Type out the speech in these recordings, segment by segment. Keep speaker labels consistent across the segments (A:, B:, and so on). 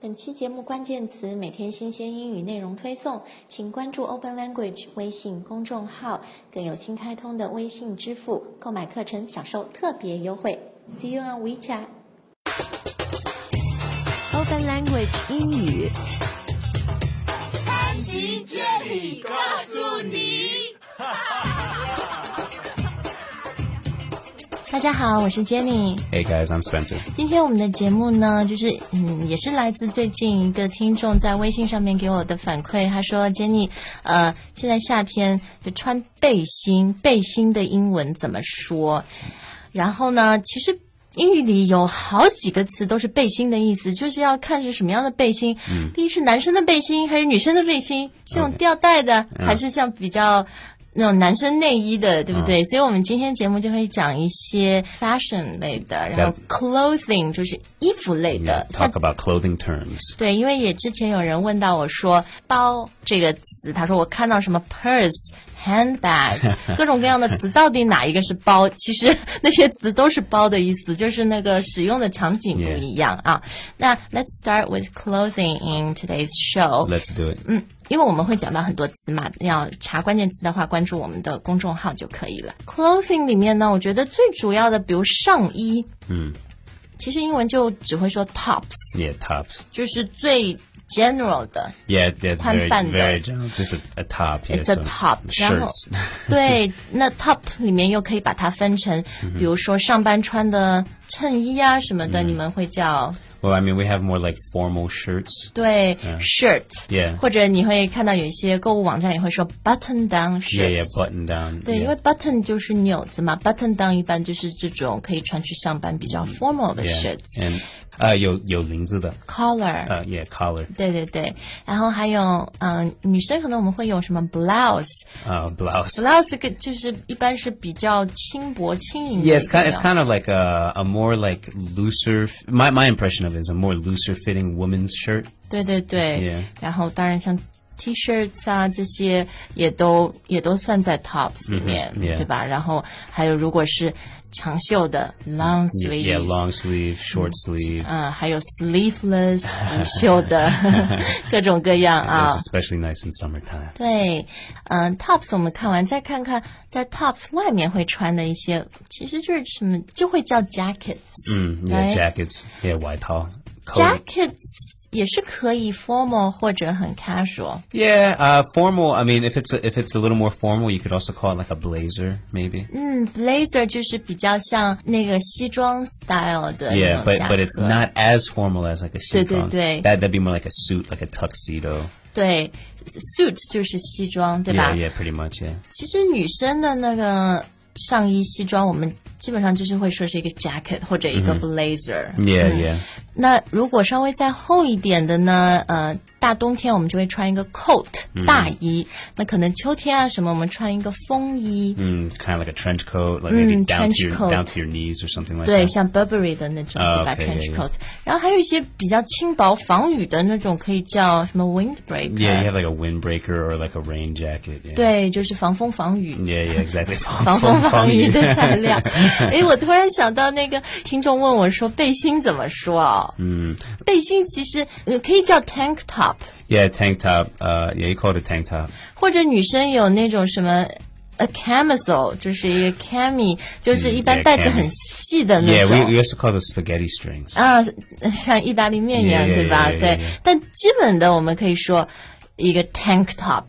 A: 本期节目关键词“每天新鲜英语”内容推送，请关注 Open Language 微信公众号，更有新开通的微信支付购买课程享受特别优惠。See you on WeChat。
B: Open Language 英语。
C: 安吉这里告诉你。
A: 大家好，我是 Jenny。
D: Hey guys, I'm Spencer.
A: 今天我们的节目呢，就是嗯，也是来自最近一个听众在微信上面给我的反馈，他说：“Jenny，呃，现在夏天就穿背心，背心的英文怎么说？”然后呢，其实。英语里有好几个词都是背心的意思，就是要看是什么样的背心。第一是男生的背心还是女生的背心，是那种
D: OK
A: 吊带的还是像比较那种男生内衣的，对不对？所以我们今天节目就会讲一些 fashion 类的，然后 clothing 就是衣服类
D: Yeah,
A: 的，像
D: talk about clothing terms.
A: 对，因为也之前有人问到我说“包”这个词，他说我看到什么 purse、handbag 各种各样的词，到底哪一个是包？其实那些词都是包的意思，就是那个使用的场景不一样啊。那 Let's start with clothing in today's show。
D: Let's do it.
A: 嗯，因为我们会讲到很多词嘛，要查关键词的话，关注我们的公众号就可以了。Clothing 里面呢，我觉得最主要的，比如上衣，嗯，其实英文就只会说 tops。
D: Yeah, tops.
A: 就是最 general 的，
D: Yeah, that's very,
A: 宽泛的。
D: very general. Just a, a top. Yeah,
A: It's a
D: so
A: top，
D: Shirts.
A: 对。那 top 里面又可以把它分成，比如说上班穿的衬衣啊什么的，你们会叫
D: well, I mean, we have more like formal shirts.
A: 对 shirt，
D: Yeah
A: 或者你会看到有一些购物网站也会说 button down
D: Yeah, yeah,
A: shirt。
D: button down.
A: 对，因
D: yeah.
A: 为 button 就是纽子嘛，button down 一般就是这种可以穿去上班比较 formal 的
D: 嗯 yeah.
A: shirts、
D: And uh, 有有领子的
A: collar，
D: uh, yeah, collar,
A: 对对对，然后还有嗯、女生可能我们会有什么 blouse，
D: uh, blouse.
A: blouse 个就是一般是比较轻薄轻盈的
D: Yeah, it's kind, it's
A: 一个
D: kind of like a, a more like looser. f- My, my impression of it is a more looser fitting woman's shirt.
A: 对对对
D: Yeah
A: 然后当然像 T shirts 啊这些也都也都算在 tops 里面
D: 嗯 yeah
A: 对吧？然后还有如果是长袖的 long
D: Yeah,
A: sleeve，
D: yeah, long sleeve, short
A: Mm.
D: sleeve.
A: 嗯，还有 sleeveless 无袖的 各种各样啊
D: It's。especially nice in summertime.
A: 对，嗯、t o p s 我们看完再看看，在 tops 外面会穿的一些，其实就是什么，就会叫 jackets。
D: Mm, yeah,
A: right?
D: jackets. Yeah, white tall.
A: jackets 也是可以 formal 或者很 casual。
D: Yeah, uh, formal. I mean, if it's a, if it's a little more formal, you could also call it like a blazer, maybe.
A: 嗯，blazer 就是比较像那个西装 style 的那种
D: Yeah, but
A: 夹
D: but it's
A: 克
D: not as formal as like a suit.
A: 对。
D: That that'd be more like a suit, like a tuxedo.
A: 对，suit 就是西装，对吧
D: Yeah, yeah, pretty much. Yeah.
A: 其实女生的那个上衣西装，我们基本上就是会说是一个 jacket 或者一
D: 嗯
A: 个 blazer。
D: Yeah, yeah.
A: 那如果稍微再厚一点的呢？呃，大冬天我们就会穿一个 coat
D: 嗯
A: 大衣，那可能秋天啊什么，我们穿一个风衣。
D: Mm, kind of like a trench coat, like maybe
A: Mm,
D: down
A: trench
D: to your
A: coat.
D: down to your knees or something like
A: 对，
D: that.
A: 像 Burberry 的那种，
D: 啊
A: 对吧
D: OK，
A: ？trench
D: yeah，yeah
A: coat，然后还有一些比较轻薄防雨的那种，可以叫什么 windbreaker。
D: Yeah, you have like a windbreaker or like a rain jacket. Yeah.
A: 对，就是防风防雨。
D: Yeah, yeah, exactly.
A: 防风防雨的 材
D: 防雨。
A: 料，哎，我突然想到那个听众问我说背心怎么说啊？嗯，背心其实呃可以叫 tank top，
D: yeah, tank top. Uh, yeah, you call it a tank top.
A: 或者女生有那种什么 a camisole，就是一个 cami，就是一般
D: 嗯，yeah，
A: 带子
D: cami
A: 很细的那
D: Yeah,
A: 种。
D: we, we also call those spaghetti strings.
A: 啊，像意大利面一样，
D: Yeah, yeah,
A: 对吧
D: yeah, yeah,
A: 对
D: yeah.
A: 但基本的我们可以说一个 tank top。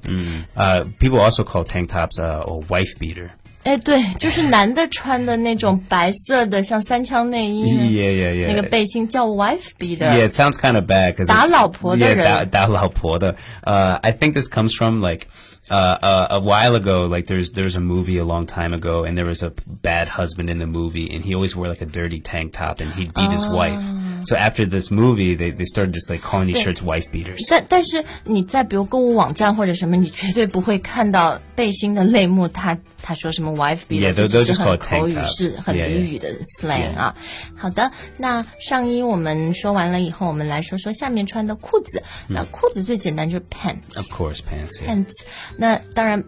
D: Uh, people also call tank tops uh, a wife beater.
A: 哎、对，就是男的穿的那种白色的，像三枪内衣呢
D: Yeah, yeah, yeah.
A: 那个背心叫 wife
D: yeah,
A: beater。
D: it sounds kind of bad because
A: 打老婆的人。
D: yeah, 打老婆的. Uh, I think this comes from like uh, uh, a while ago. Like there's there's a movie a long time ago, and there was a bad husband in the movie, and he always wore like a dirty tank top, and he'd beat his wife. So after this movie, they, Oh. they started just like calling these shirts wife beaters.
A: 但但是你在比如购物网站或者什么，你绝对不会看到背心的类目，他他说什么 wife beater，
D: Yeah,
A: 这
D: those-
A: 只是
D: those
A: 很
D: called tank
A: 口语
D: tops.
A: 式、很
D: Yeah,
A: 俚
D: yeah.
A: 语的 slang 啊。好的，那上衣我们说完了以后，我们来说说下面穿的嗯裤子。那裤子最简单就是 pants。啊
D: Of course, pants. Yeah.
A: pants。那当然，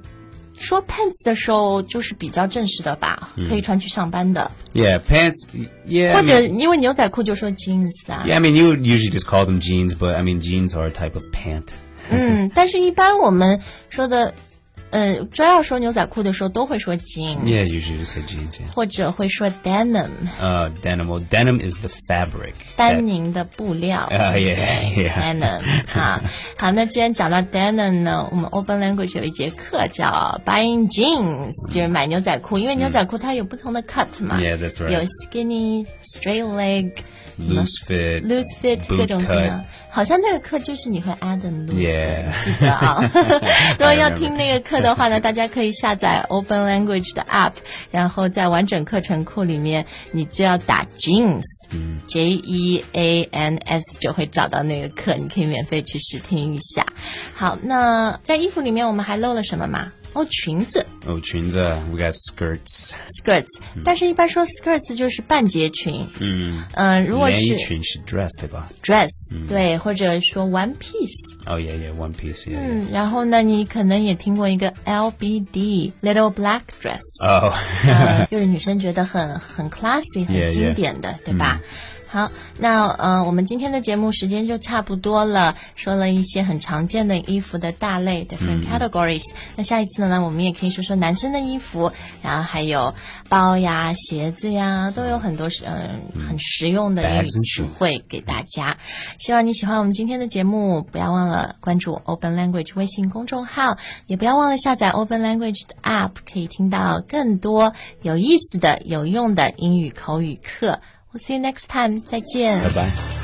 A: 说 pants 的时候就是比较正式的吧，可以穿去上班的，
D: Yeah, pants. Yeah. I
A: 或
D: mean-
A: 者因为牛仔裤就说 jeans 啊。
D: yeah, I mean, you would usually just call them jeans, but I mean, jeans are a type of pant.
A: 嗯，但是一般我们说的，呃，专要说牛仔裤的时候都会说 jeans，、
D: Yeah, usually just say jeans. Yeah.
A: 或者会说 denim，
D: Uh, denim. Well, denim is the fabric.
A: 丹宁的布料。
D: 啊，yeah，
A: 对
D: yeah
A: denim 啊，好，那既然讲到 denim 呢，我们 Open Language 有一节课叫 buying jeans，就是买牛仔裤，因为牛仔裤它有不同的 cut 嘛
D: Yeah, that's right
A: 有 skinny、straight leg、
D: Loose fit.
A: loose fit 各
D: Boot
A: 种可能
D: cut.，
A: 好像那个课就是你和 Adam 录的
D: Yeah
A: 记得啊。如果要听那个课的话呢，大家可以下载 Open Language 的 App，然后在完整课程库里面，你就要打 Jeans，J、E A N S 就会找到那个课，你可以免费去试听一下。好，那在衣服里面我们还漏了什么吗？哦，裙子
D: Oh, jeans. Uh, we got skirts.
A: skirts，、但是一般说 skirts 就是半截裙。嗯嗯、如果是
D: Mandarin should dress, 对吧?
A: dress，、对，或者说 one piece。
D: Oh yeah, yeah, one piece. Yeah. yeah.
A: 嗯，然后呢，你可能也听过一个 LBD Little Black Dress，、
D: Oh.
A: 呃就是女生觉得很很 classy、很
D: Yeah,
A: 经
D: yeah
A: 典的对
D: 嗯
A: 吧？好，那呃，我们今天的节目时间就差不多了，说了一些很常见的衣服的大类
D: 嗯
A: （different categories）、那下一次呢，我们也可以说说男生的衣服，然后还有包呀、鞋子呀，都有很多嗯、呃、很实用的英语
D: Bags and
A: 词
D: shoes
A: 汇。给大家。希望你喜欢我们今天的节目，不要忘了关注 Open Language 微信公众号，也不要忘了下载 Open Language 的 App，可以听到更多有意思的、有用的英语口语课。We'll see you next time，再见。
D: Bye bye.